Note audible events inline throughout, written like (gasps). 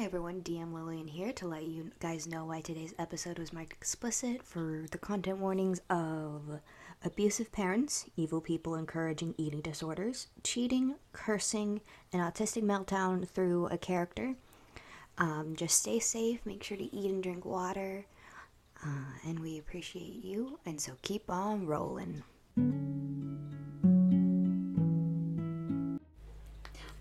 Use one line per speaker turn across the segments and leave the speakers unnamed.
everyone, DM Lillian here to let you guys know why today's episode was marked explicit for the content warnings of abusive parents, evil people encouraging eating disorders, cheating, cursing, an autistic meltdown through a character. Um, just stay safe, make sure to eat and drink water, uh, and we appreciate you, and so keep on rolling.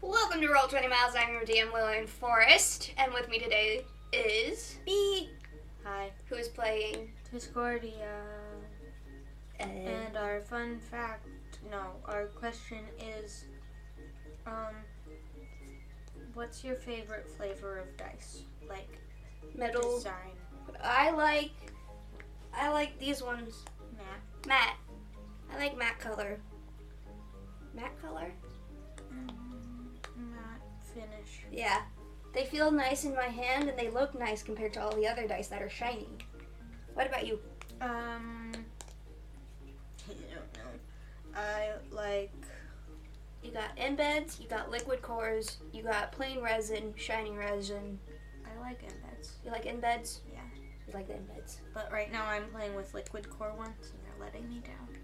Welcome to Roll 20 Miles. I'm your DM, Lillian Forrest, and with me today is B,
Hi,
who is playing.
Discordia.
Ed.
And our fun fact, no, our question is, um, what's your favorite flavor of dice? Like
Metal.
design,
I like. I like these ones.
map.
Matte. I like matte color. Matte color?
Mm, Not finish.
Yeah. They feel nice in my hand and they look nice compared to all the other dice that are shiny. What about you?
(laughs) Um, I don't know. I like
You got embeds, you got liquid cores, you got plain resin, shining resin.
I like embeds,
You like embeds?
Yeah.
You like the embeds.
but right now I'm playing with liquid core ones and they're letting me down.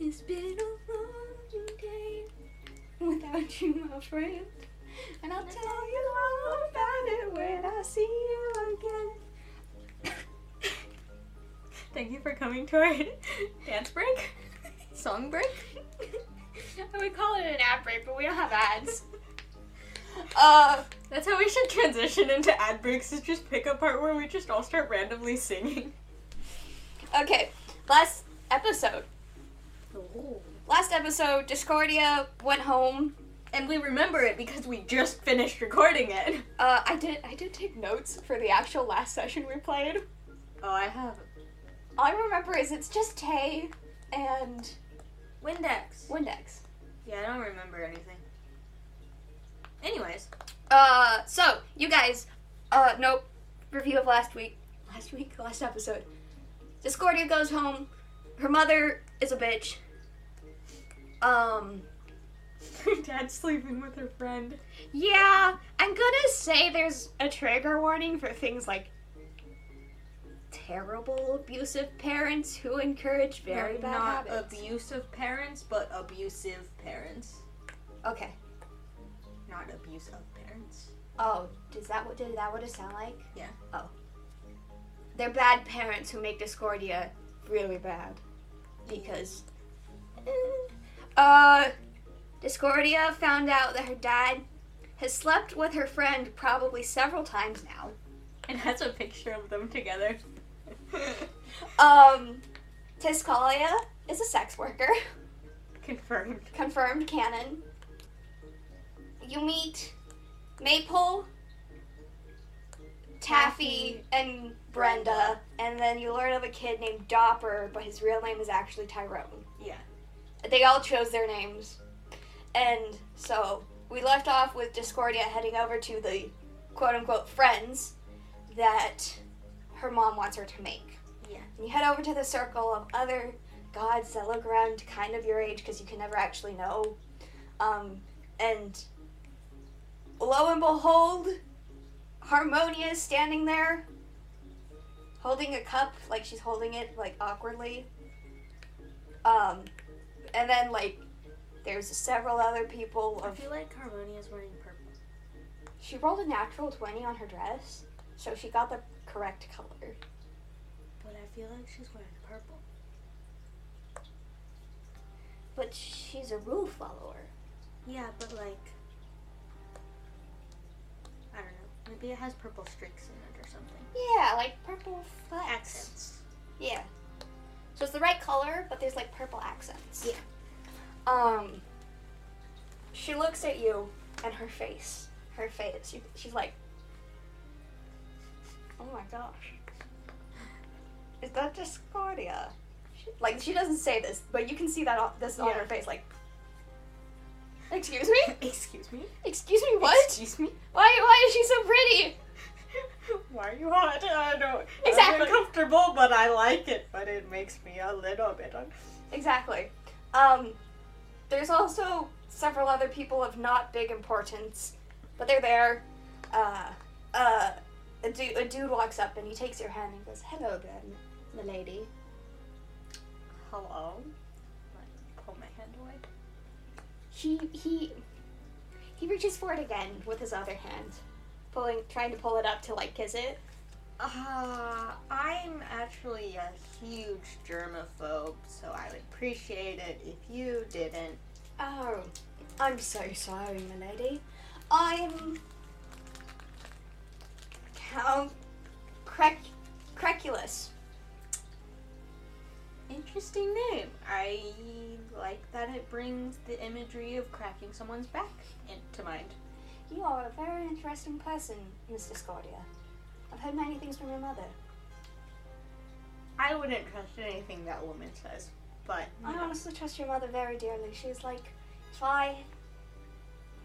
It's been a long day without you, my friend. And I'll tell you all about it when I see you again.
Thank you for coming to our (laughs) dance break, (laughs) song break.
we call it an ad break, but we don't have ads. (laughs) Uh,
That's how we should transition into ad breaks is just pick a part where we just all start randomly singing.
okay. Last episode. Last episode, Discordia went home.
And we remember it because we just finished recording it.
Uh, I did. I did take notes for the actual last session we played.
Oh, I have
All I remember is it's just Tay and
Windex.
Windex.
Yeah, I don't remember anything. Anyways,
Uh, so you guys, uh, nope. Review of last week, last week, last episode. Discordia goes home. Her mother is a bitch. Um,
her (laughs) dad's sleeping with her friend.
yeah, I'm gonna say there's a trigger warning for things like terrible, abusive parents who encourage very
Not-
bad
not
habits.
abusive parents, but abusive parents.
okay.
Not abuse of parents.
Oh, does that what did that what it sound like?
Yeah.
Oh. They're bad parents who make Discordia really bad. Because eh. uh Discordia found out that her dad has slept with her friend probably several times now.
And that's a picture of them (laughs) together.
Um Tiscalia is a sex worker. (laughs)
Confirmed.
Confirmed canon. You meet Maple, Taffy,
Taffy,
and Brenda, and then you learn of a kid named Dopper, but his real name is actually Tyrone.
Yeah.
They all chose their names. And so we left off with Discordia heading over to the quote unquote friends that her mom wants her to make.
Yeah.
And you head over to the circle of other gods that look around kind of your age because you can never actually know. Um, and lo and behold, Harmonia is standing there holding a cup, like she's holding it like awkwardly. Um, and then like there's several other people
I
of
feel like Harmonia's wearing purple.
she rolled a natural 20 on her dress, so she got the correct color.
But I feel like she's wearing purple.
But she's a rule follower.
Yeah, but like, I don't know. Maybe it has purple streaks in it or something.
Yeah, like purple flecks.
Accents.
Yeah. So it's the right color, but there's like purple accents.
Yeah.
Um. She looks at you, and her face, her face. She, she's like, oh my gosh, is that Discordia? She, like she doesn't say this, but you can see that on, this on
Yeah.
her face. Like, excuse me,
(laughs) Excuse me. (laughs)
excuse me, what?
Excuse me.
Why, why is she so pretty?
Why are you hot? I don't.
Exactly.
uncomfortable, but I like it. But it makes me a little bit un.
Exactly. Um, there's also several other people of not big importance, but they're there. uh, uh, a, du- a dude walks up and he takes your hand and goes, "Hello there, m- milady."
Hello. Like, pull my hand away.
He he he reaches for it again with his other hand, pulling, trying to pull it up to like kiss it.
Uh, I'm actually a huge germaphobe, so I would appreciate it if you didn't.
Oh, I'm so sorry, milady. I'm Count Crec- Creculus.
Interesting name. I like that it brings the imagery of cracking someone's back into mind.
You are a very interesting person, Miss Discordia. I've heard many things from your mother.
I wouldn't trust anything that woman says, but you
I
know.
honestly trust your mother very dearly. She's like, if I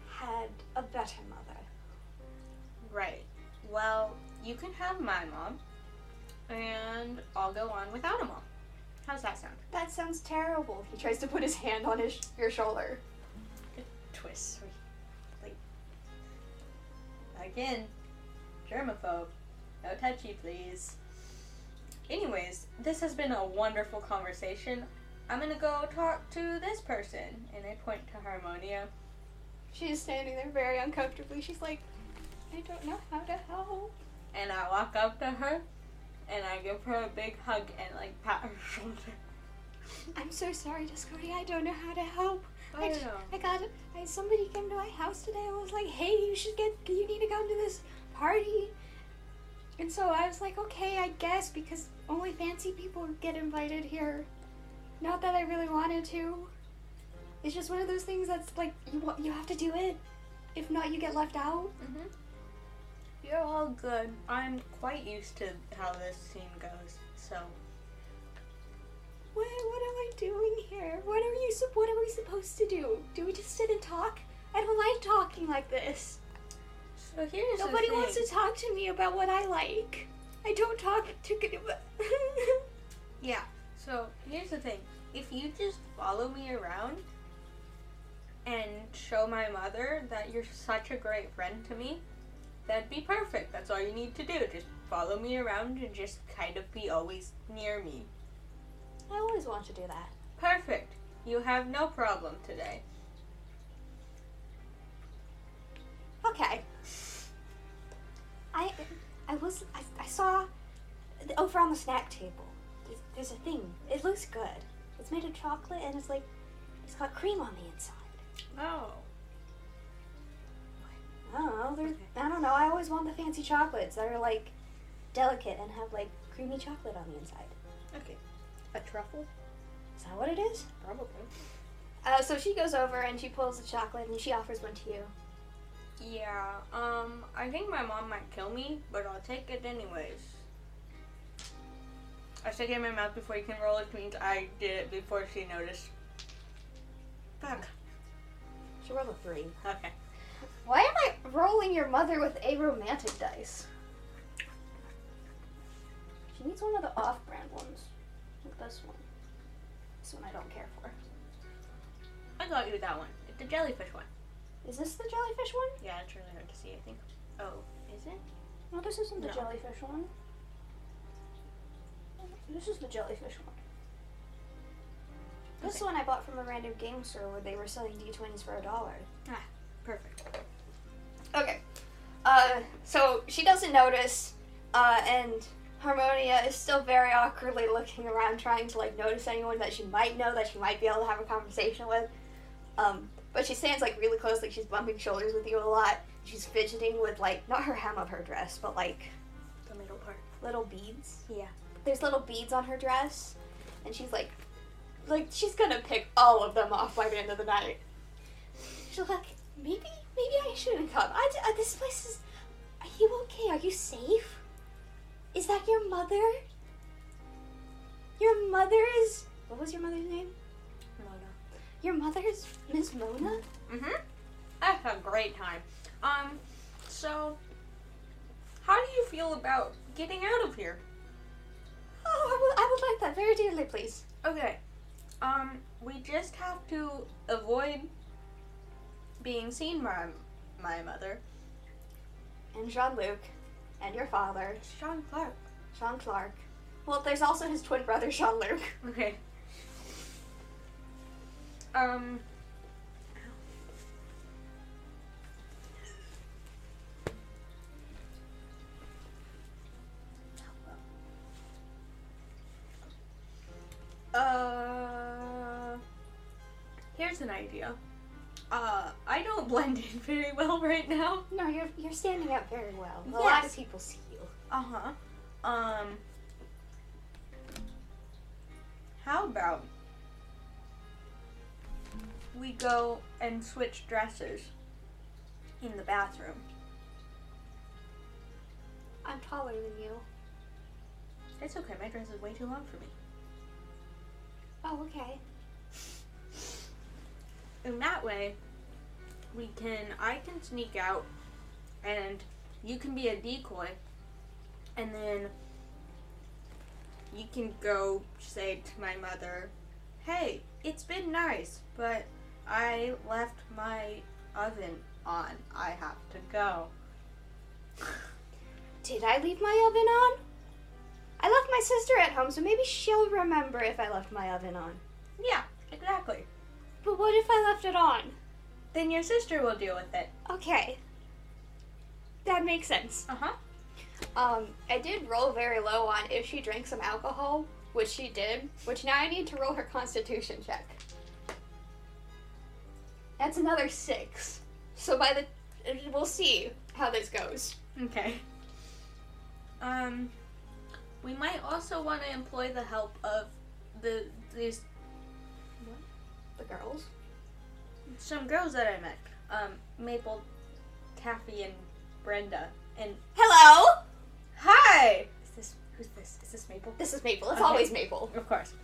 had a better mother.
right. Well, you can have my mom, and I'll go on without a mom. How's that sound?
That sounds terrible. He tries to put his hand on his your shoulder.
Twists. Like again, germaphobe. No touchy, please. Anyways, this has been a wonderful conversation. I'm gonna go talk to this person, and I point to Harmonia.
She's standing there very uncomfortably. She's like, I don't know how to help.
and I walk up to her and I give her a big hug and like pat her (laughs) shoulder.
I'm so sorry, Discordia. I don't know how to help. I,
I
j- I got I, somebody came to my house today and was like, "Hey, you should get you need to come to this party." And so I was like, "Okay, I guess because only fancy people get invited here." Not that I really wanted to. It's just one of those things that's like you wa- you have to do it. If not, you get left out.
hmm You're all good. I'm quite used to how this scene goes, so
What what am I doing here? What are you sup- what are we supposed to do? Do we just sit and talk? I don't like talking like this.
so here's
Nobody
the thing.
wants to talk to me about what I like. I don't talk to. (laughs)
Yeah. So here's the thing. If you just follow me around and show my mother that you're such a great friend to me, that'd be perfect. That's all you need to do. Just follow me around and just kind of be always near me.
I always want to do that.
Perfect. You have no problem today.
Okay. I I was I, I saw over on the snack table. There's, there's a thing. It looks good. It's made of chocolate and it's like it's got cream on the inside.
Oh.
I don't know. Oh, they're- I don't know. I always want the fancy chocolates that are like delicate and have like creamy chocolate on the inside.
Okay. A truffle?
Is that what it is?
Probably.
Uh, so she goes over and she pulls the chocolate and she offers one to you.
Yeah. Um, I think my mom might kill me, but I'll take it anyways. I stick it in my mouth before you can roll, it means I did it before she noticed. Fuck.
She rolled a three.
Okay.
Why am I rolling your mother with a romantic dice? She needs one of the off brand ones. Like this one. This one I don't care for.
I got you that one. It's the jellyfish one.
Is this the jellyfish one?
Yeah, it's really hard to see, I think. Oh, is it?
No, this isn't the
No.
jellyfish one. This is the jellyfish one. This
Okay.
one I bought from a random game store where they were selling D20s for a dollar.
Perfect.
Okay. Uh, so she doesn't notice, uh, and Harmonia is still very awkwardly looking around, trying to like notice anyone that she might know that she might be able to have a conversation with. Um, but she stands like really close, like she's bumping shoulders with you a lot. She's fidgeting with like not her hem of her dress, but like
The middle part.
little beads.
Yeah.
There's little beads on her dress, and she's like, like she's gonna pick all of them off by the end of the night. She's like, maybe, maybe I shouldn't come. I, I- this place is. Are you okay? Are you safe? Is that your mother? Your mother is. What was your mother's name?
Mona.
Your mother is Miss Mona.
Mm-hmm. That's a great time. Um, so how do you feel about getting out of here?
Oh, I would, I would like that very dearly, please.
Okay. Um, we just have to avoid being seen by my mother.
and Jean Luc and your father,
It's John Clark.
Jean Clark. Well, there's also his twin brother, Jean Luc.
Okay. Um. Uh, here's an idea. Uh, I don't (laughs) blend in very well right now.
No, you're, you're standing up very well. A lot
Yes.
of people see you.
Uh huh. Um. How about we go and switch dressers in the bathroom?
I'm taller than you.
It's okay, my dress is way too long for me.
Oh, okay.
And that way, we can I can sneak out, and you can be a decoy, and then you can go say to my mother, "Hey, it's been nice, but I left my oven on. I have to go."
Did I leave my oven on? I left my sister at home, so maybe she'll remember if I left my oven on.
Yeah, exactly.
But what if I left it on?
Then your sister will deal with it.
Okay. That makes sense.
Uh huh.
Um, I did roll very low on if she drank some alcohol, which she did, which now I need to roll her constitution check. That's another six. So by the. We'll see how this goes.
Okay. Um, we might also want to employ the help of the these
The girls.
some girls that I met. Um, Maple, Taffy, and Brenda. And
Hello!
hi. Is this who's this? Is this Maple?
This is Maple. It's
Okay.
always Maple.
Of course.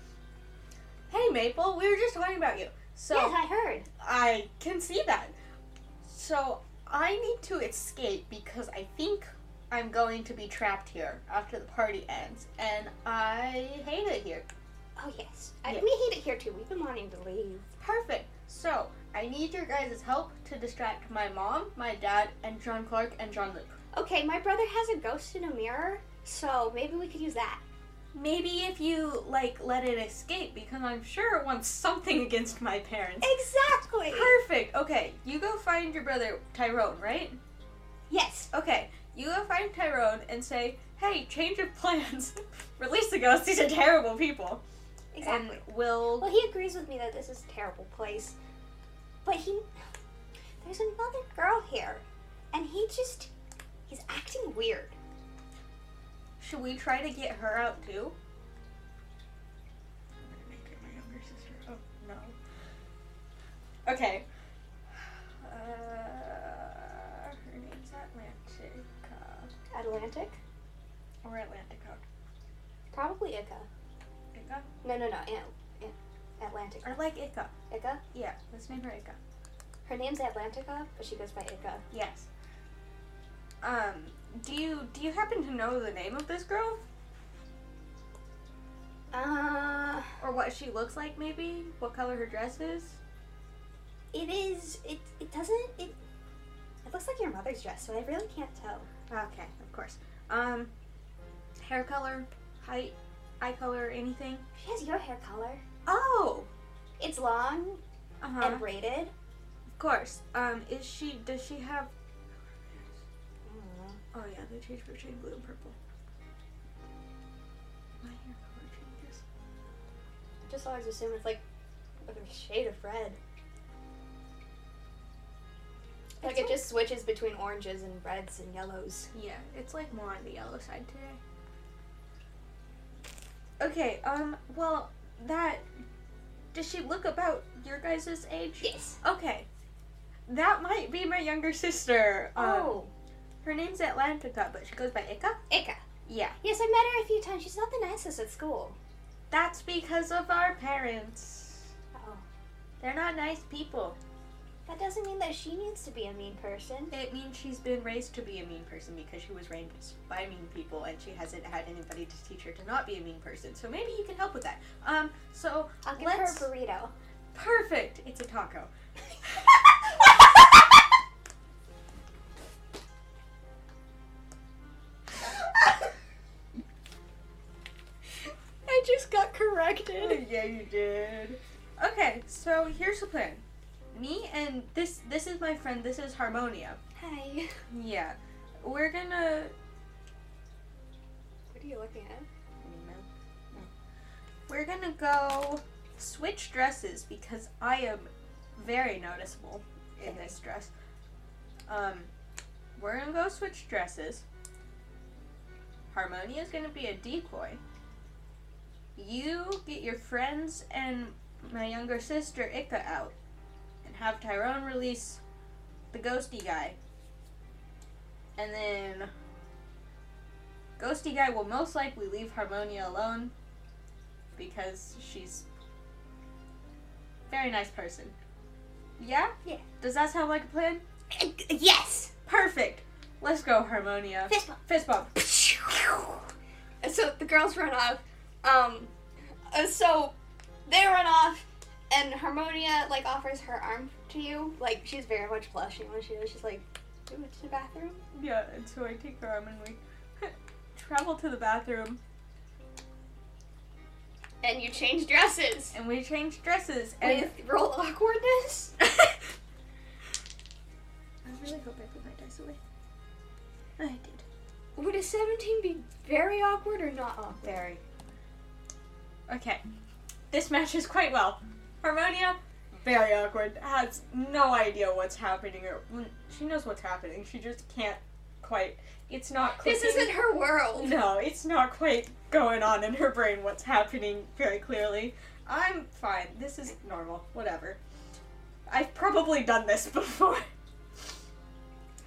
Hey Maple, we were just talking about you. So
I heard.
I can see that. So I need to escape because I think I'm going to be trapped here after the party ends, and I hate it here.
Oh, yes. I,
Yeah.
We hate it here too. We've been wanting to leave.
Perfect. So I need your guys' help to distract my mom, my dad, and John Clark and John Luke.
Okay, my brother has a ghost in a mirror, so maybe we could use that.
Maybe if you like let it escape, because I'm sure it wants something against my parents.
Exactly!
Perfect. Okay, you go find your brother Tyrone, right?
Yes.
Okay, you go find Tyrone and say, "Hey, change of plans. (laughs) Release the ghosts. These are terrible people."
Exactly.
And we'll.
Well, he agrees with me that this is a terrible place, but he. There's another girl here, and he just. He's acting weird.
Should we try to get her out too? Oh no. Okay. Uh, her name's Atlantica
Atlantic?
or Atlantica.
Probably Ica.
Ica
No, no, no. An- An- Atlantic.
or like Ica.
Ica?
Yeah, let's name her Ica.
Her name's Atlantica, but she goes by Ica.
Yes. Um, do you do you happen to know the name of this girl
Uh.
or what she looks like? Maybe what color her dress is?
It is. It, it doesn't. It, it looks like your mother's dress, so I really can't tell.
Okay, of course. Um, hair color, height, eye color, anything?
She has your hair color.
Oh,
It's long
uh huh.
and
Of
braided.
course. Um, is she? Does she have?
Mm.
Oh yeah, they changed between blue and purple. My hair color changes.
I just always assume it's like a shade of red. Like it just switches between oranges and reds and yellows.
Yeah, it's like more on the yellow side today. Okay. Um. Well, that. Does she look about your guys' age?
Yes.
Okay. That might be my younger sister. Um,
Oh,
Her name's Atlantica, but she goes by Ika.
Ika.
Yeah.
Yes, I met her a few times. She's not the nicest at school.
That's because of our parents.
Oh,
They're not nice people.
that doesn't mean that she needs to be a mean person.
It means she's been raised to be a mean person because she was raised by mean people and she hasn't had anybody to teach her to not be a mean person. So maybe you can help with that. Um, so
I'll give
Let's-
her a burrito.
perfect. It's a taco.
corrected.
(laughs) yeah, you did. Okay, so here's the plan. Me and this this is my friend. This is Harmonia.
Hi. (laughs)
Yeah, we're gonna.
What are you looking at?
We're gonna go switch dresses because I am very noticeable in
Okay.
this dress. Um, we're gonna go switch dresses. Harmonia is gonna be a decoy. You get your friends and my younger sister Ika out, and have Tyrone release the ghosty guy. And then ghosty guy will most likely leave Harmonia alone because she's very nice person. Yeah?
Yeah.
Does that sound like a plan?
Yes.
Perfect. Let's go, Harmonia.
Fist bump.
Fist bump.
And so the girls run off. Um, uh, so they run off, and Harmonia like offers her arm to you. Like she's very much blushing when she does. She's like, "We went to the bathroom."
Yeah, and so I take her arm and we (laughs) travel to the bathroom
And you change dresses
and we change dresses and
with roll awkwardness.
I really hope I put my dice away. I did.
Would a seventeen be very awkward or not awkward?
Very. (laughs) Okay. This matches quite well. Harmonia, very awkward, has no idea what's happening or mm, she knows what's happening. She just can't quite it's not clicking.
This isn't her world.
No, it's not quite going on in her brain what's happening very clearly. I'm fine. This is normal. Whatever. I've probably done this (laughs) before.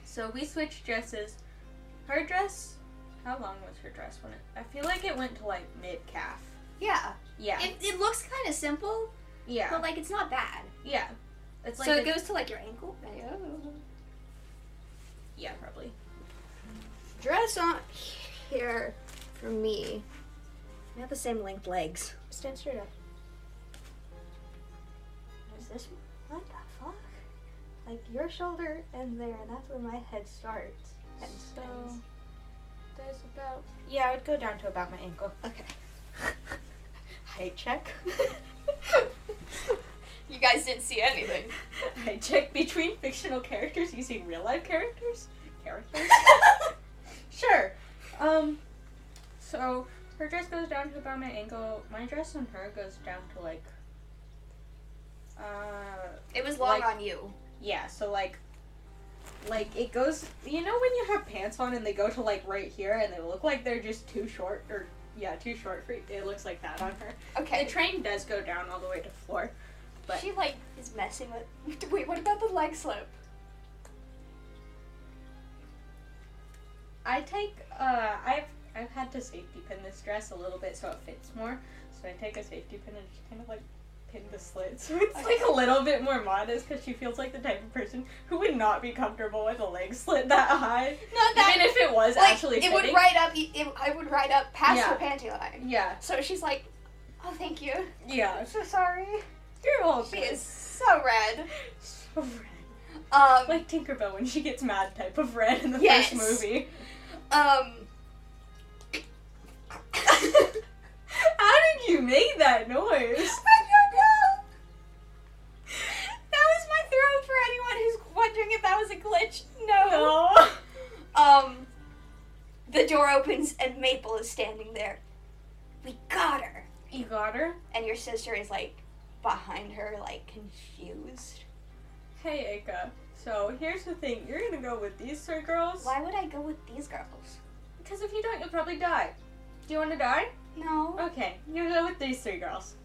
So we switched dresses. Her dress, how long was her dress when it? I feel like it went to like mid calf.
Yeah.
Yeah.
It, it looks kind of simple,
yeah.
but like it's not bad.
yeah. It's like
so
a-
it goes to like your ankle. Oh.
yeah, probably.
dress on here for me. We have the same length legs. Stand straight up. Is this what the fuck? Like your shoulder and there, and that's where my head starts. And
So
ends.
there's about yeah, it would go down to about my ankle.
okay.
(laughs) Height (laughs) check.
you guys didn't see anything.
I check between fictional characters using real life characters. Characters. (laughs) sure. Um. So her dress goes down to about my ankle. My dress and her goes down to like. Uh.
it was long
Like-
on you.
Yeah. So like. Like it goes. You know when you have pants on and they go to like right here and they look like they're just too short or yeah too short for it looks like that on her.
Okay.
The train does go down all the way to floor. but-
She like is messing with. (laughs) Wait, what about the leg slope?
I take uh I've I've had to safety pin this dress a little bit so it fits more. So I take a safety pin and just kind of like pin the slit (laughs) so it's like a little bit more modest because she feels like the type of person who would not be comfortable with a leg slit that high.
Not that.
Even if it was
like,
actually
it
fitting.
would ride up. e, It, I would ride up past
Yeah.
her panty line.
yeah,
So she's like, "Oh, thank you.
yeah.
so sorry."
You're all
She
good.
is so red.
so red.
Um,
Like Tinkerbell when she gets mad type of red in the
Yes.
first movie.
(laughs) um.
How did you make that noise?
I don't know. That was my throat for anyone who's wondering if that was a glitch. No.
Oh.
Um. The door opens and Maple is standing there. We got her.
You got her?
And your sister is like behind her, like confused.
Hey, Ika. So here's the thing: you're gonna go with these three girls
Why would I go with these girls?
because if you don't, you'll probably die. Do you want to die?
No.
Okay, you go with these three girls.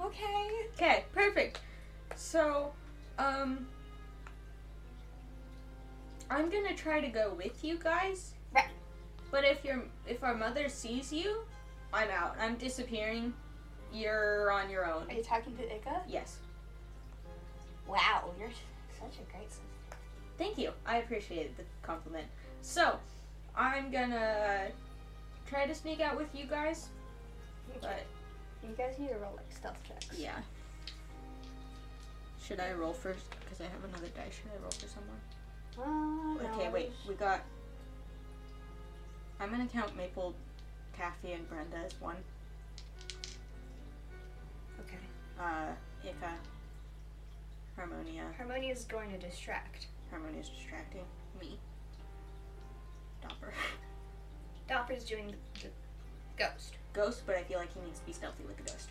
Okay.
Okay, perfect. So, um, I'm gonna try to go with you guys.
Right.
But if your if our mother sees you, I'm out. I'm disappearing. You're on your own.
Are you talking to Ika?
Yes.
Wow, you're such a great sister.
Thank you. I appreciated the compliment. So, I'm gonna try to sneak out with you guys, but
You guys need to roll like stealth checks.
Yeah. Should I roll first? Because I have another die. Should I roll for someone?
Uh, no,
Okay, wait. We got. I'm gonna count Maple, Taffy, and Brenda as one.
uh, Ica, Harmonia.
Harmonia's going to distract.
Harmonia's distracting me.
(laughs)
Dopper.
Dopper's doing the ghost.
Ghost, but I feel like he needs to be stealthy with the ghost.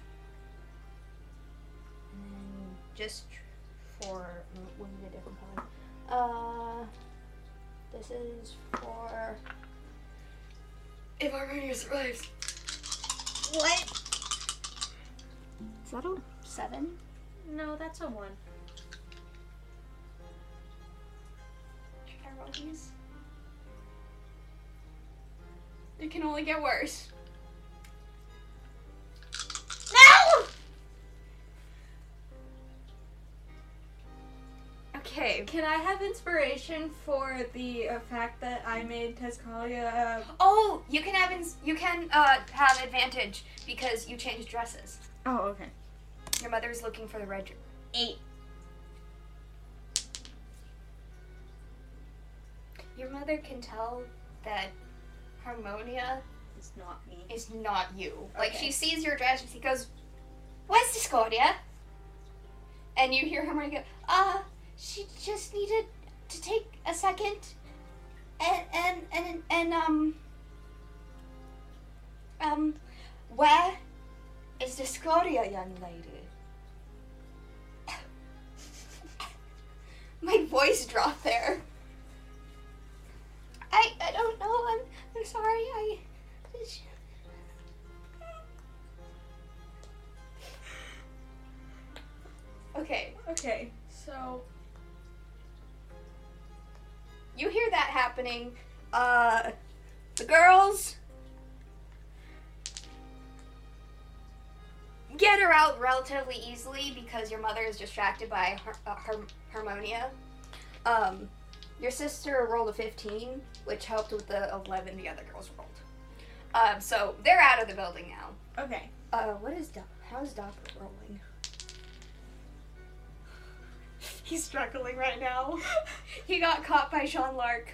Mm, Just for we need a different color. Uh, this is for if Harmonia survives. What?
Is that all?
Seven.
No, that's a one.
Should I roll these? It can only get worse. No! Okay.
Can I have inspiration for the uh, fact that I made Tezcalia? Uh,
Oh, you can have ins- you can uh, have advantage because you changed dresses.
Oh, okay.
Your mother's looking for the red. dr-
Eight.
Your mother can tell that Harmonia
It's not me.
is not you. Like
Okay.
she sees your dress and she goes, "Where's Discordia?" And you hear Harmonia go, "Ah, she just needed to take a second, and and and and um um, where is Discordia, young lady?" (laughs) My voice dropped there. I I don't know. I'm I'm sorry. I. Okay,
okay, so
you hear that happening. Uh, the girls get her out relatively easily because your mother is distracted by Har- uh, Har- Harmonia. Um, your sister rolled a 15, which helped with the 11 the other girls rolled. Um, so they're out of the building now.
okay.
Uh, what is Dop? How is Dopper rolling? (sighs) He's struggling right now. (laughs) he got caught by Sean (laughs) Lark.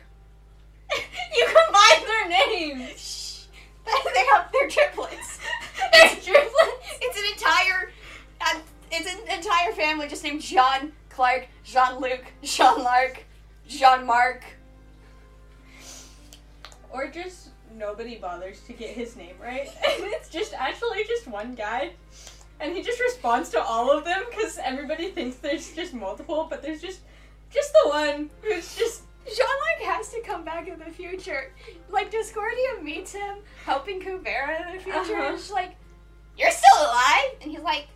you combine their names.
(laughs) Shh. they have their triplets.
There's triplets.
(laughs) it's an entire, uh, it's an entire family just named John Clark, Jean Luc, Sean Lark, Jean Marc.
Or just nobody bothers to get his name right, (laughs) and it's just actually just one guy, and he just responds to all of them because everybody thinks there's just multiple, but there's just just the one who's just
Jean Luc has to come back in the future. Like Discordia meets him helping Kuvera in the future,
Uh-huh.
and she's like, "You're still alive," and he's like,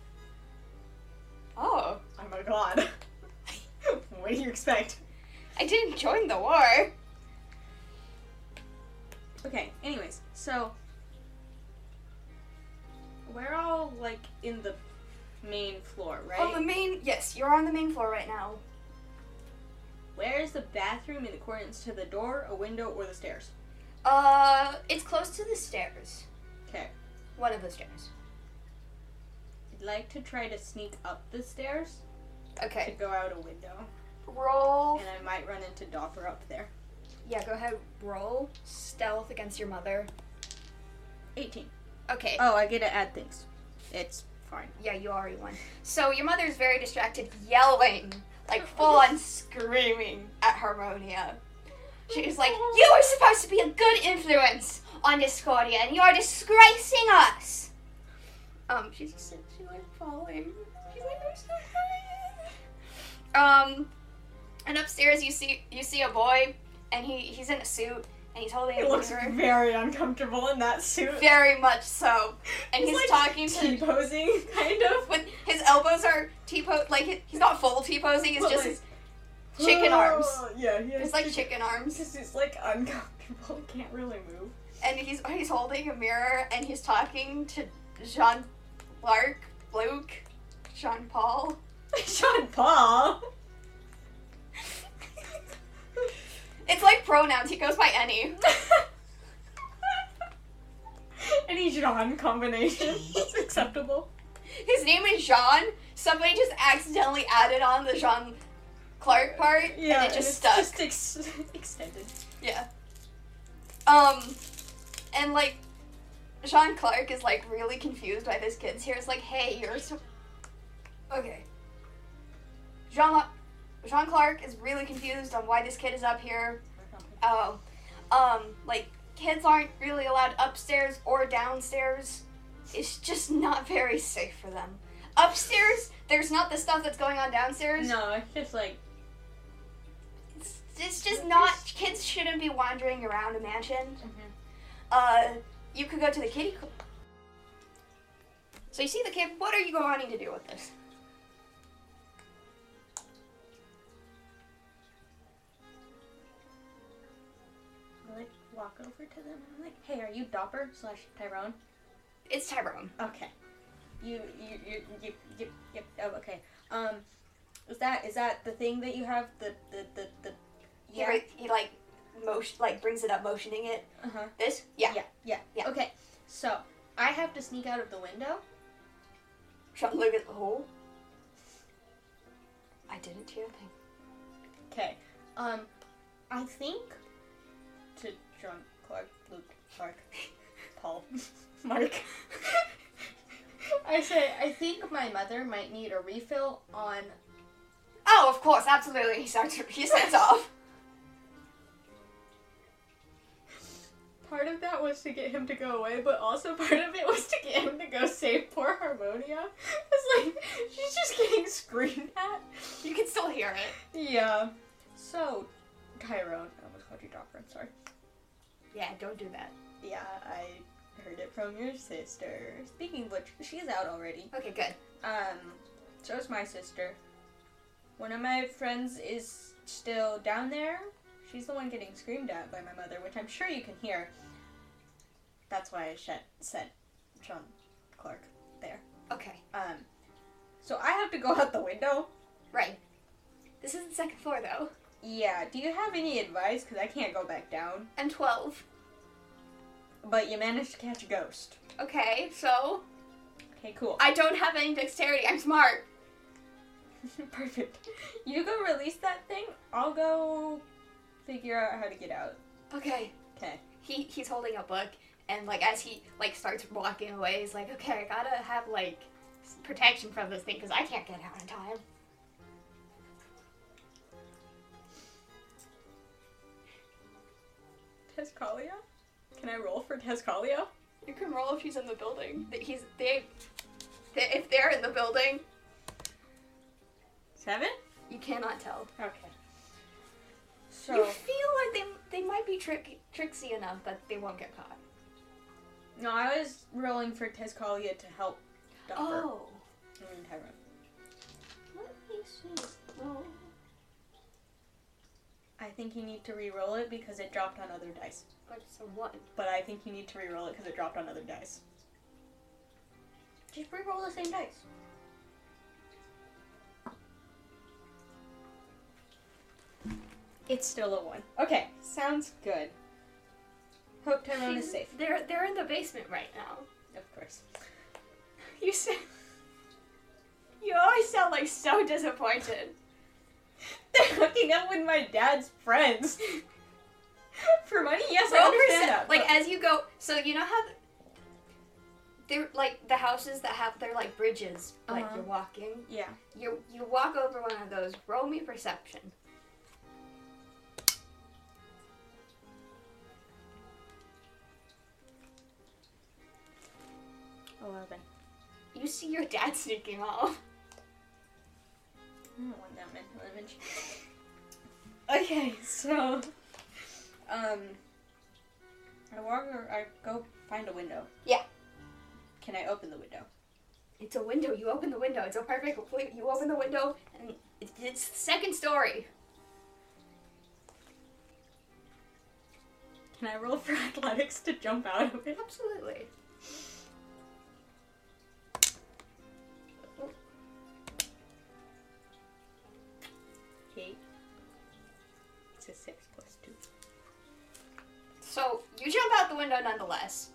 "Oh,
oh my god. (laughs) what do you expect?
I didn't join the war."
Okay, anyways, so we're all like in the main floor, right?
On the main, yes, you're on the main floor right now.
Where is the bathroom in accordance to the door, a window, or the stairs?
Uh, it's close to the stairs.
Okay.
One of the stairs.
I'd like to try to sneak up the stairs to
Okay.
go out a window.
Roll.
And I might run into Dopper up there.
Yeah, go ahead. Roll stealth against your mother.
18.
Okay.
Oh, I get to add things. It's fine.
Yeah, you already won. So your mother's very distracted, yelling, like full on screaming at Harmonia. She's like, You were supposed to be a good influence on Discordia, and you are disgracing us! Um, she's just like, she like falling. She's like, I'm so sorry. Um, and upstairs you see you see a boy, and he he's in a suit, and he's holding a
It looks
mirror.
very uncomfortable in that suit.
very much so, and he's,
like
talking to
T-posing, kind of.
with his elbows are T pose like he's not full T posing, it's
But,
just
like,
chicken
Oh,
arms.
Yeah, he has
it's like
chicken-
chicken arms.
Because he's like
(laughs)
uncomfortable, can't really move.
And he's he's holding a mirror and he's talking to Jean Lark, Luke, Jean Paul.
Sean
(laughs)
Paul.
(laughs) It's like pronouns, he goes by any.
Any Jean combination
(laughs)
is acceptable.
His name is Jean. Somebody just accidentally added on the Jean Clark part
Yeah,
and it just
it's
stuck.
Just ex- extended.
Yeah. Um, and like, Sean Clark is like really confused by this kid's here. It's like, hey, you're so- Okay. Jean Jean Clark is really confused on why this kid is up here. Oh, um, like kids aren't really allowed upstairs or downstairs. It's just not very safe for them. Upstairs, there's not the stuff that's going on downstairs.
No, it's just like
It's, it's just Mm-hmm. not. Kids shouldn't be wandering around a mansion. Uh, you could go to the kitty. cl- So you see the kid. What are you wanting to do with this?
I like walk over to them. I'm like, hey, are you Dopper slash Tyrone?
It's Tyrone.
Okay. You you you you you, you oh, okay. Um, is that is that the thing that you have the the the, the
He, ra- he like motion, like brings it up, motioning it.
Uh huh.
This? Yeah.
Yeah, yeah,
Yeah.
Okay, so I have to sneak out of the window.
Sean look at the hole. I didn't hear a thing.
Okay. Um, I think to John Clark, Luke Clark, (laughs) Paul, (laughs) Mark. I say I think my mother might need a refill on.
Oh, of course, absolutely. He starts. He (laughs) sets off.
Part of that was to get him to go away, but also part of it was to get him to go save poor Harmonia.
(laughs)
It's like she's just getting screamed at.
You can still hear it.
Yeah.
So, Tyrone. I almost called you Dopper. I'm sorry.
Yeah, don't do that.
Yeah, I heard it from your sister. Speaking of which, she's out already.
Okay, good.
Um, so is my sister. One of my friends is still down there. She's the one getting screamed at by my mother, which I'm sure you can hear. That's why I sent, sent John Clark there.
Okay,
Um, so I have to go (laughs) out the window.
right. This is the second floor though.
Yeah, do you have any advice? Because I can't go back down.
I'm 12.
But you managed to catch a ghost.
Okay, so
Okay, cool.
I don't have any dexterity. I'm smart.
(laughs) Perfect. You go release that thing. I'll go figure out how to get out.
Okay.
Okay.
He he's holding a book, and like as he like starts walking away, he's like, okay, I gotta have like s- protection from this thing because I can't get out in time.
Tescalia? Can I roll for Tescalia?
You can roll if he's in the building. Th- He's they, they if they're in the building,
Seven?
you cannot tell.
Okay.
You feel
So
like they they might be trick tricksy enough that they won't get caught.
no, I was rolling for Tezcalia to help Dopper.
Oh,
I mean, Tyrone.
let me see. Oh.
I think you need to re-roll it because it dropped on other dice.
But it's a one.
But I think you need to re-roll it because it dropped on other dice. Just re-roll the same dice. It's still a one. Okay, sounds good. Hope Tyrone is safe.
They're they're in the basement right now.
Of course. (laughs)
You sound. You always sound like so disappointed.
They're hooking up with my dad's friends. (laughs) For money? Yes, I
Roll
understand
percent-
that.
Like
but-
as you go, so you know how th- they're like the houses that have they're like bridges. Like
Uh-huh.
you're walking,
yeah.
you you walk over one of those. Roll me perception.
Eleven.
You see your dad (laughs) sneaking off.
Mm, I don't want that mental image. okay, so um, I walk or I go find a window.
Yeah.
Can I open the window?
It's a window. You open the window. It's a perfect. wi- You open the window, and it, it's the second story.
Can I roll for athletics to jump out of it?
Absolutely.
Eight. It's a six plus two.
So you jump out the window nonetheless.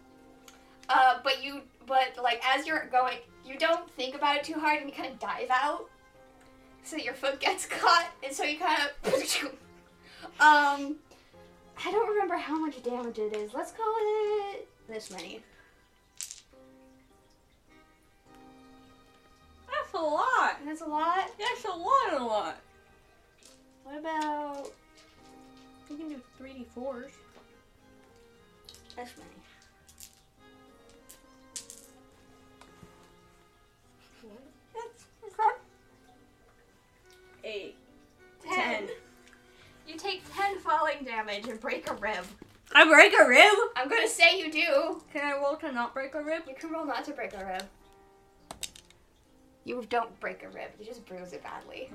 Uh, but you, but like as you're going, you don't think about it too hard, and you kind of dive out. So your foot gets (laughs) caught, and so you kind of. (laughs) um, I don't remember how much damage it is. Let's call it this many.
I a lot.
That's a lot.
That's a lot, a lot.
What about
You can do three d fours.
That's money. That's
Eight.
ten. You take ten falling damage and break a rib.
I break a rib.
I'm gonna say you do.
Can I roll to not break a rib?
You can roll not to break a rib. You don't break a rib. You just bruise it badly.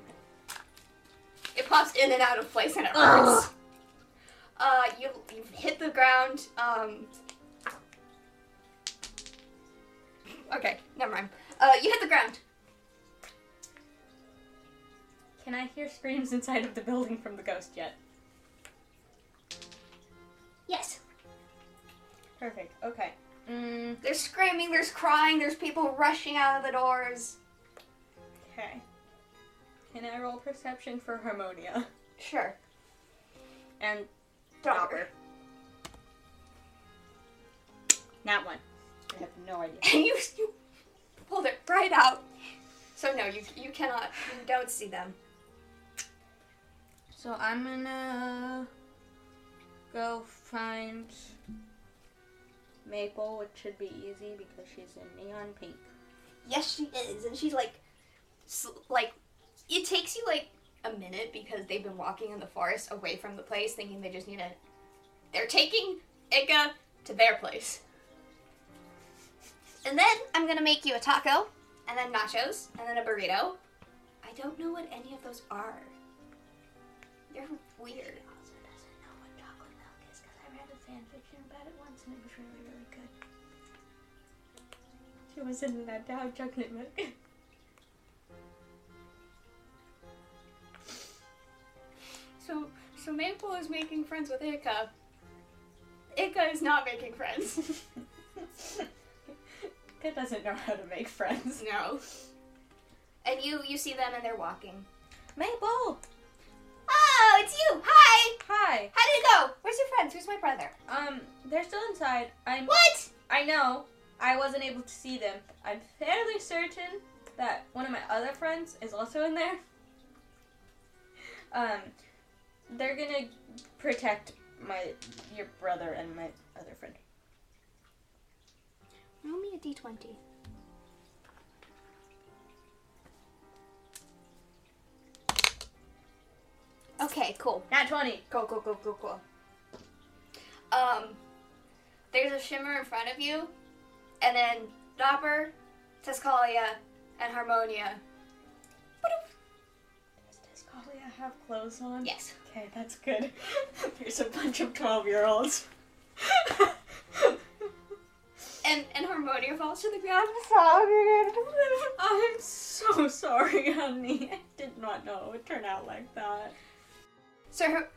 It pops in and out of place and it hurts. Uh, you you hit the ground. Um. Okay, never mind. Uh, you hit the ground.
Can I hear screams inside of the building from the ghost yet?
Yes.
Perfect. Okay. Mm,
There's screaming, there's crying, there's people rushing out of the doors.
okay. Can I roll perception for Harmonia
Sure.
and
Dauber.
Not one. I have no idea.
(laughs) And you, you pulled it right out. So no, you you cannot you don't see them.
So I'm gonna go find Maple, which should be easy because she's in neon pink.
Yes, she is, and she's like, sl- like, it takes you like a minute because they've been walking in the forest away from the place, thinking they just need a. They're taking Ica to their place. And then I'm gonna make you a taco, and then nachos, and then a burrito. I don't know what any of those are. They're weird.
I read a fan fiction about it once and it was really, really good. She was in that Dow chocolate (laughs) milk.
So, so Maple is making friends with Ica. Ica is not making friends. (laughs)
Kid doesn't know how to make friends.
no. And you, you see them, and they're walking.
Maple!
Oh, it's you! Hi!
Hi.
How did it go? Where's your friends? Where's my brother?
Um, they're still inside. I'm
What?
I know. I wasn't able to see them. I'm fairly certain that one of my other friends is also in there. Um, they're gonna protect my your brother and my other friend.
Roll me a d20. Okay, cool.
Nat twenty.
Cool, cool, cool, cool, cool. Um, there's a shimmer in front of you, and then Dopper, Tuscalia, and Harmonia.
Does Descalia have clothes on?
Yes.
Okay, that's good. (laughs) There's a bunch of twelve year olds.
And and Harmonia falls to the ground.
(laughs) I'm so sorry, honey. I did not know it would turn out like that.
So her.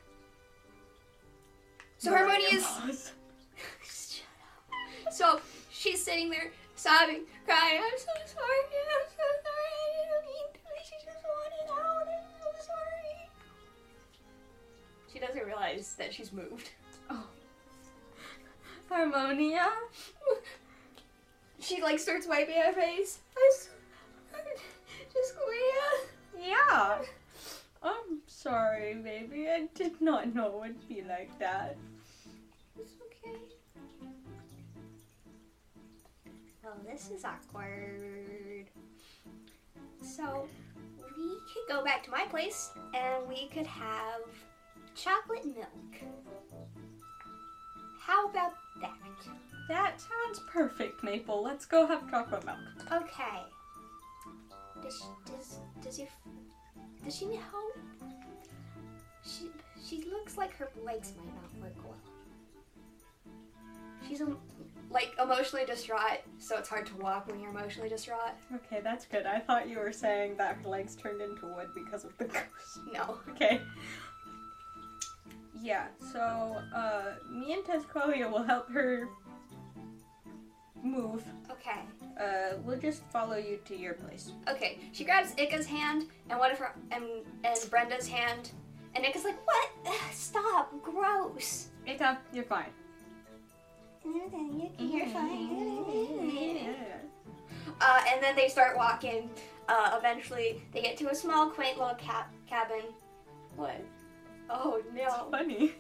So Harmonia's. Shut up. (laughs) So she's sitting there sobbing, crying. I'm so sorry. I'm so sorry. I didn't mean to. She just wanted out. I'm so sorry. She doesn't realize that she's moved.
Harmonia?
She like starts wiping her face. I'm so sorry. Just Leah.
Yeah. I'm sorry, baby. I did not know it'd be like that.
It's okay. Well, this is awkward. So, we could go back to my place and we could have chocolate milk. How about that?
That sounds perfect, Maple. Let's go have chocolate milk.
Okay. Does she, does does your f- does she need help? She she looks like her legs might not work well. She's um, like emotionally distraught, so it's hard to walk when you're emotionally distraught.
Okay, that's good. I thought you were saying that her legs turned into wood because of the ghost.
No.
(laughs) Okay. Yeah, so uh, me and Tescalia will help her move.
Okay.
Uh, we'll just follow you to your place.
Okay. She grabs Ika's hand and one of her and and Brenda's hand, and Ika's like, "What? Ugh, Stop! Gross."
Ika, you're fine.
(laughs) You're fine. Uh, and then they start walking. Uh, eventually, they get to a small, quaint little cap- cabin. What? Oh no.
Funny.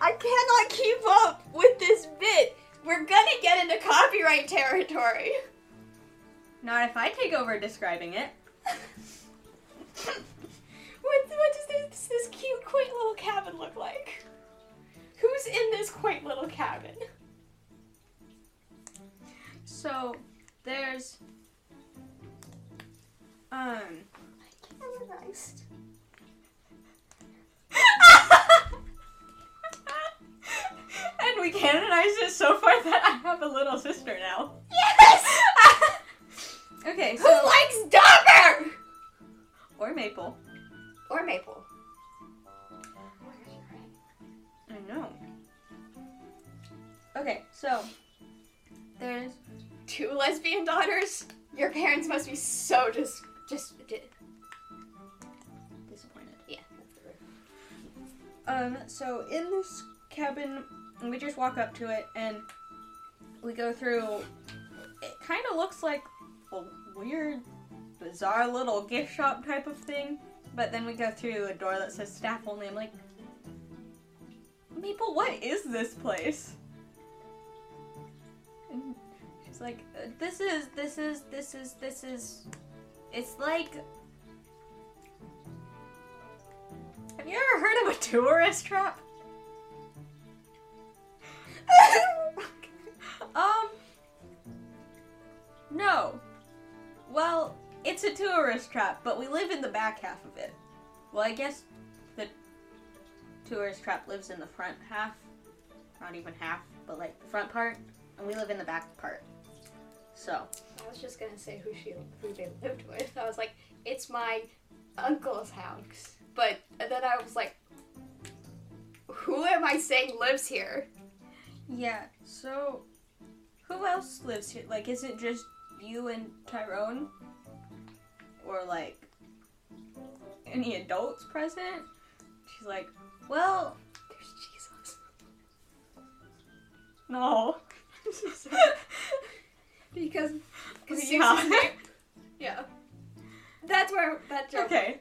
I cannot keep up with this bit. We're gonna get into copyright territory. (laughs)
Not if I take over describing it.
What, what does this, this cute, quaint little cabin look like? Who's in this quaint little cabin?
So there's um
Canonized.
(laughs) and we canonized it so far that I have a little sister now.
Yes! (laughs)
Okay,
Who
so
likes Dauber?
(gasps) or Maple.
Or Maple.
I know. Okay, so there's
Two lesbian daughters? Your parents must be so just. just. di-
disappointed.
yeah.
Um, so in this cabin, we just walk up to it and we go through. It kind of looks like a weird, bizarre little gift shop type of thing, but then we go through a door that says staff only. I'm like, Maple, what is this place? And she's like, "Uh, This is, this is, this is, this is. It's like Have you ever heard of a tourist trap? (laughs) um, no. Well, it's a tourist trap, but we live in the back half of it. Well, I guess the tourist trap lives in the front half. Not even half, but like the front part. And we live in the back part. So,
I was just gonna say who she, who they lived with. I was like, it's my uncle's house. But then I was like, who am I saying lives here?
yeah, so who else lives here? Like, is it just you and Tyrone? Or like any adults present? She's like, well,
There's Jesus.
no. (laughs)
(laughs) Because, because
Yeah.
Susan's name. Yeah. That's where that joke.
okay.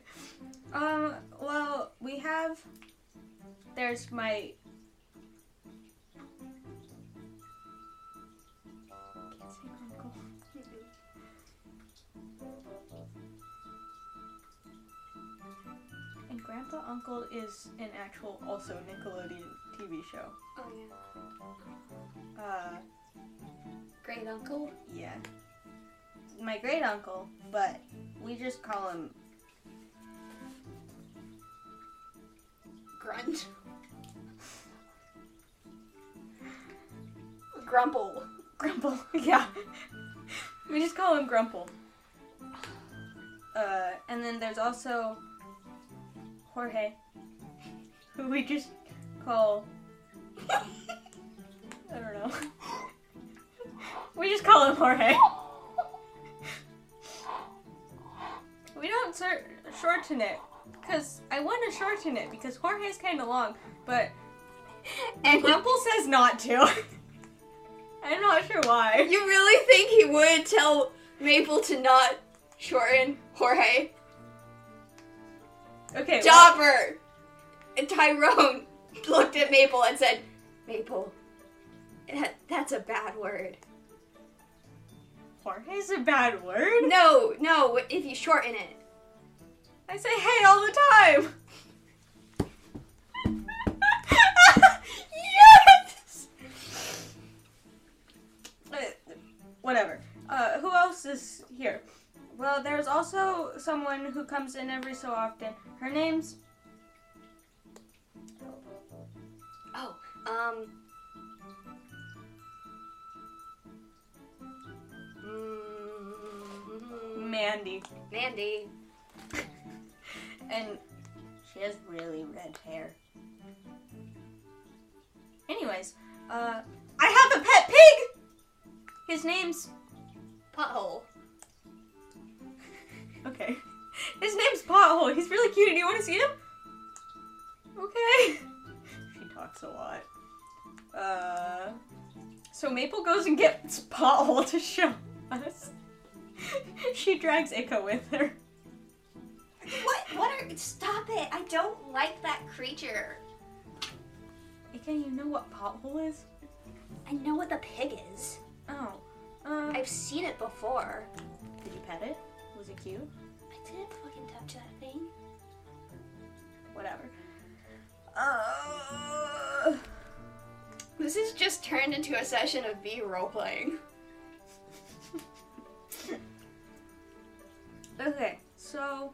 Um, well, we have. There's my. Can't say uncle. And Grandpa Uncle is an actual, also Nickelodeon TV show.
Oh yeah.
Uh,
Great uncle.
yeah. My great uncle, but we just call him (laughs)
Grunt. Grumble.
Grumple. yeah. We just call him Grumple. Uh, and then there's also Jorge, who we just call. (laughs) I don't know. (laughs) We just call him Jorge. (laughs) We don't ser- shorten it, because I want to shorten it, because Jorge's kind of long, but. And Grumple says not to. (laughs) I'm not sure why.
You really think he would tell Maple to not shorten Jorge?
Okay. well-
Dauber! And Tyrone (laughs) looked at Maple and said, Maple, that, that's a bad word.
Jorge is a bad word.
No, no, if you shorten it.
I say hey all the time. (laughs)
yes!
Uh, Whatever. Uh, who else is here? Well, there's also someone who comes in every so often. Her name's
Oh, um. Mm,
Mandy,
Mandy.
and she has really red hair. Anyways, uh, I have a pet pig. His name's
Pothole.
Okay. His name's Pothole. He's really cute. Do you want to see him? Okay. She talks a lot. Uh, So Maple goes and gets Pothole to show us. she drags Ica with her.
What? What are? Stop it! I don't like that creature.
Ica, you know what Pothole is?
I know what the pig is.
Oh. Um,
I've seen it before.
did you pet it? Was it cute?
I didn't fucking touch that thing.
Whatever. Uh,
This has just turned into a session of B role playing.
okay, so.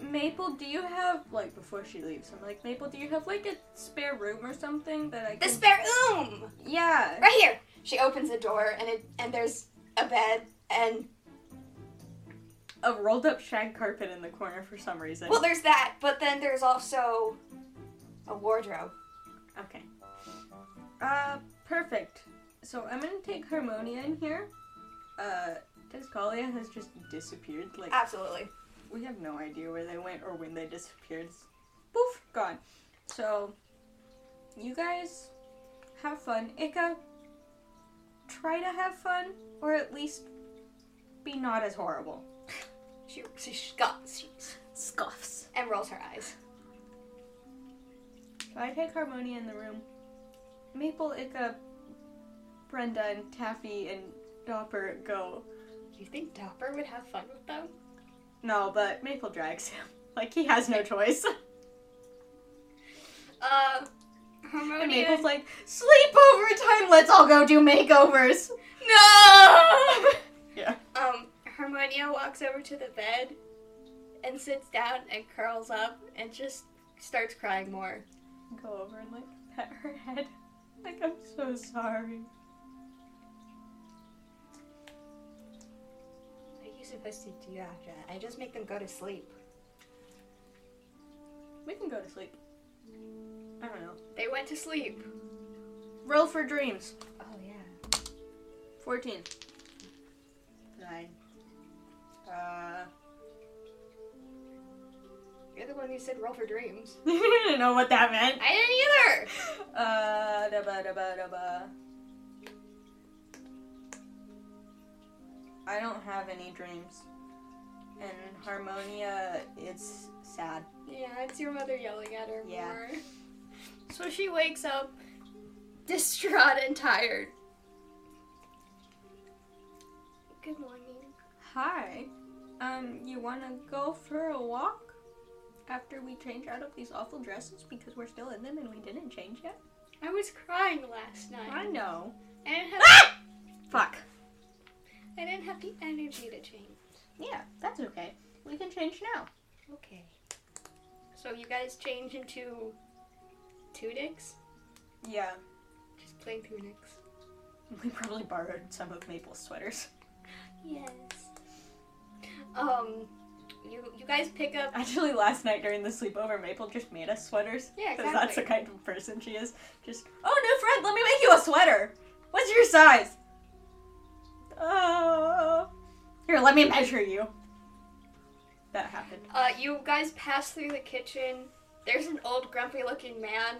Maple, do you have, like, before she leaves, I'm like, Maple, do you have, like, a spare room or something that I
The
can.
spare oom!
yeah.
Right here! She opens the door and it and there's a bed and
A rolled up shag carpet in the corner for some reason.
well there's that, but then there's also a wardrobe.
Okay. Uh, perfect. So I'm gonna take Harmonia in here. Uh, Descalia has just disappeared. Like,
Absolutely.
we have no idea where they went or when they disappeared. Poof, gone. So, you guys have fun. Ika, try to have fun, or at least be not as horrible.
She she scoffs
Scoffs.
and rolls her eyes.
So I take Harmonia in the room. Maple, Ika, Brenda, and Taffy, and Dopper go
You think Dopper would have fun with them?
No, but Maple drags him. (laughs) Like he has no choice. (laughs)
Uh
And
Hermione.
Maple's like, sleepover time. Let's all go do makeovers.
No
Yeah.
Um Hermionia walks over to the bed and sits down and curls up and just starts crying more.
Go over and like pet her head. (laughs) Like I'm so sorry.
What are you supposed to do after that? I just make them go to sleep.
We can go to sleep. I don't know.
They went to sleep.
Roll for dreams.
Oh yeah.
Fourteen. Nine. Uh. (laughs)
You're the one who said roll for dreams.
you didn't know what that meant.
I didn't either.
Uh, da ba da ba da ba. I don't have any dreams. And Harmonia is sad.
Yeah, it's your mother yelling at her
Yeah.
more. So she wakes up distraught and tired. Good morning.
Hi. Um, you wanna go for a walk? After we change out of these awful dresses because we're still in them and we didn't change yet?
I was crying last night.
I know.
I (laughs) didn't have
Fuck.
I didn't have the energy to change.
Yeah, that's okay. We can change now.
Okay. So you guys change into tunics?
Yeah. (laughs)
Just plain tunics.
We probably borrowed some of Maple's sweaters. (laughs)
Yes. Um, you you guys pick up.
Actually, last night during the sleepover, Maple just made us sweaters.
Yeah,
Because that's the
exactly.
kind of person she is. Just, oh, new friend, let me make you a sweater. What's your size? Oh. Here, let me measure you. That happened.
Uh, you guys pass through the kitchen. There's an old grumpy looking man,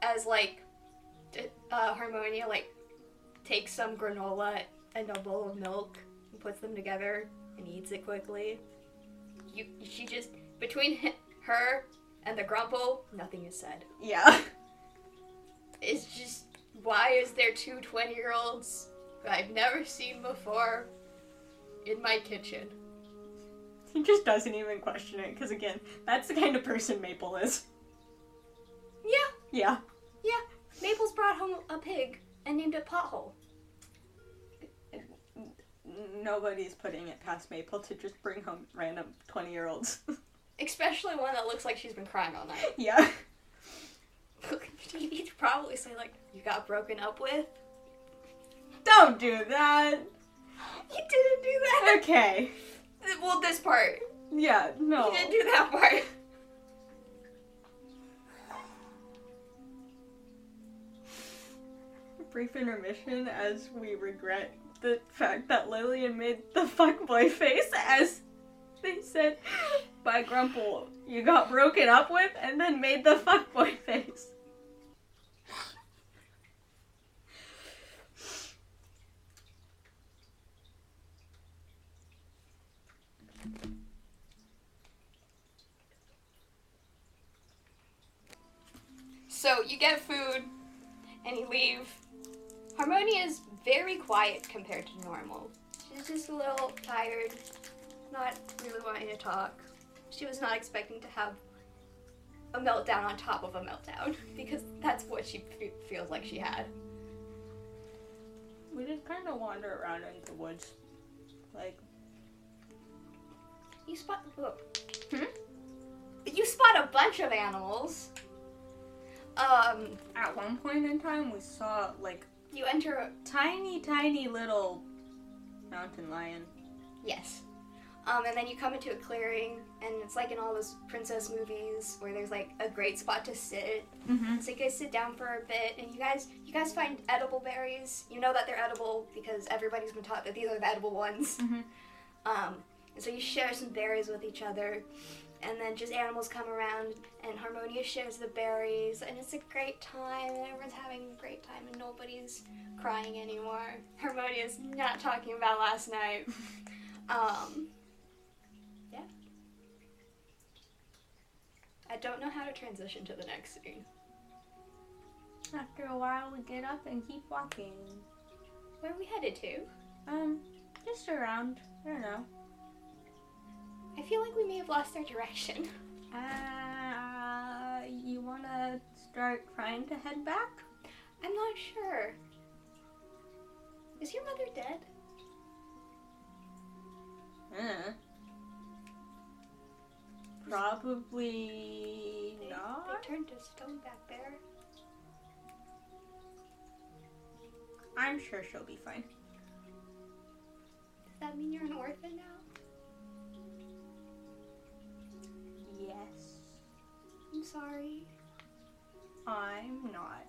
as like, d- uh, Harmonia like takes some granola and a bowl of milk and puts them together and eats it quickly. You she just between hi her and the grumple, nothing is said.
Yeah. (laughs)
It's just why is there two 20 year olds I've never seen before in my kitchen?
He just doesn't even question it. Because, again, that's the kind of person Maple is.
Yeah.
Yeah.
Yeah, Maples brought home a pig and named it Pothole.
N- Nobody's putting it past Maple to just bring home random 20 year olds.
Especially one that looks like she's been crying all night.
(laughs) yeah.
(laughs) you need to probably say, like, you got broken up with.
Don't do that.
You didn't do that!
Okay.
Well, this part.
Yeah, no.
You didn't do that part.
brief intermission as we regret the fact that Lillian made the fuckboy face as they said by Grumple, you got broken up (laughs) with, and then made the fuckboy face.
So you get food and you leave. Harmonia is very quiet compared to normal. She's just a little tired, not really wanting to talk. She was not expecting to have a meltdown on top of a meltdown (laughs) because that's what she fe- feels like she had.
We just kind of wander around in the woods. Like,
You spot. Whoa. Hmm? You spot a bunch of animals. Um,
at one point in time, we saw, like,
you enter a-
tiny, tiny little mountain lion.
Yes. Um, and then you come into a clearing, and it's like in all those princess movies where there's like a great spot to sit.
Mm-hmm.
So you guys sit down for a bit, and you guys you guys find edible berries. You know that they're edible because everybody's been taught that these are the edible ones.
Mhm.
Um, and so you share some berries with each other, and then just animals come around, and Harmonia shares the berries, and it's a great time, and everyone's having a great time, and nobody's crying anymore. Harmonia's not talking about last night. um, yeah. I don't know how to transition to the next scene.
After a while, we get up and keep walking.
Where are we headed to?
Um, just around. I don't know.
I feel like we may have lost our direction. (laughs)
Uh, you wanna start trying to head back?
I'm not sure. Is your mother dead?
Uh. Probably not.
They turned to stone back there.
I'm sure she'll be fine.
Does that mean you're an orphan now?
Yes.
I'm sorry.
I'm not.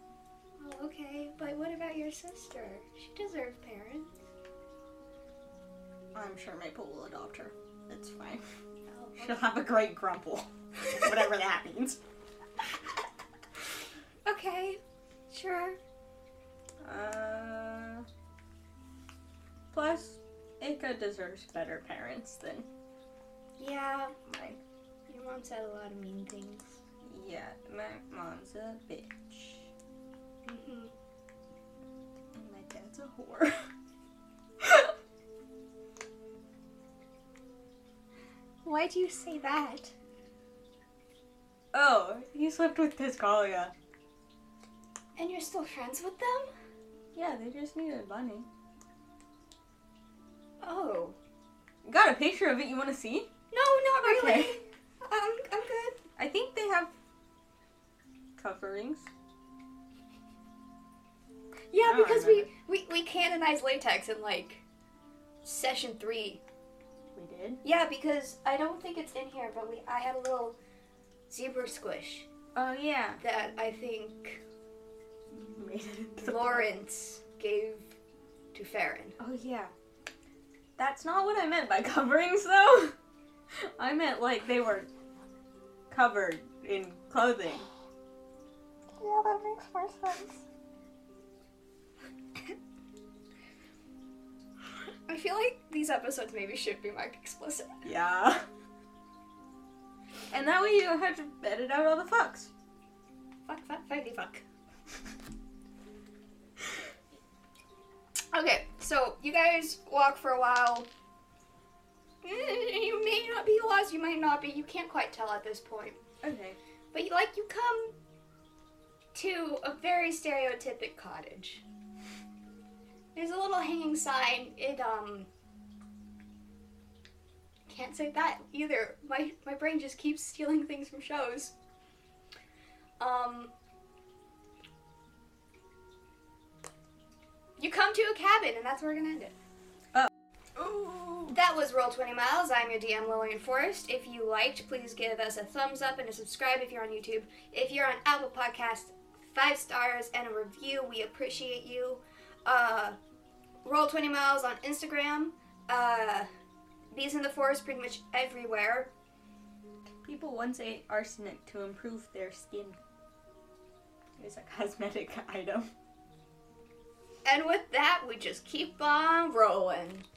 Oh, okay. But what about your sister? She deserved parents.
I'm sure Maple will adopt her. It's fine. (laughs)
Oh,
She'll have a great grumble. (laughs) Whatever that means.
(laughs) okay. Sure.
Uh. Plus, Ika deserves better parents than
Yeah.
mine.
Your mom said a lot of mean things.
Yeah, my mom's a bitch.
Mm-hmm.
And my dad's a whore. (laughs)
Why'd you say that?
oh, he slept with Tiscalia.
And you're still friends with them?
Yeah, they just needed money.
Oh.
Got a picture of it you want to see?
No, not really.
Okay.
Um, (laughs) I'm good.
I think they have coverings.
Yeah,
I don't
because we, we we canonized latex in like session three.
We did.
Yeah, because I don't think it's in here, but we I had a little zebra squish
Oh (laughs) yeah.
that I (laughs) think
Made it into the-
Lawrence gave to Farron.
Oh yeah. That's not what I meant by (laughs) coverings though. I meant like they were covered in clothing.
Yeah, that makes more sense. I feel like these episodes maybe should be marked explicit.
Yeah. And that way you don't have to edit out all the fucks.
Fuck, fuck, fucky, fuck. (laughs) okay, so you guys walk for a while. Mm, You may not be lost, you might not be. You can't quite tell at this point.
Okay.
But you, like, you come to a very stereotypic cottage. There's a little hanging sign. It um. Can't say that either. My my brain just keeps stealing things from shows. Um. You come to a cabin, and that's where we're gonna end it.
Ooh.
That was Roll 20 Miles. I'm your DM, Lillian Forrest. If you liked, please give us a thumbs up and a subscribe if you're on YouTube. If you're on Apple Podcasts, five stars and a review. We appreciate you. Uh, Roll 20 Miles on Instagram. Uh, Bees in the Forest pretty much everywhere.
People once ate arsenic to improve their skin. It's a cosmetic (laughs) item.
And with that, we just keep on rolling.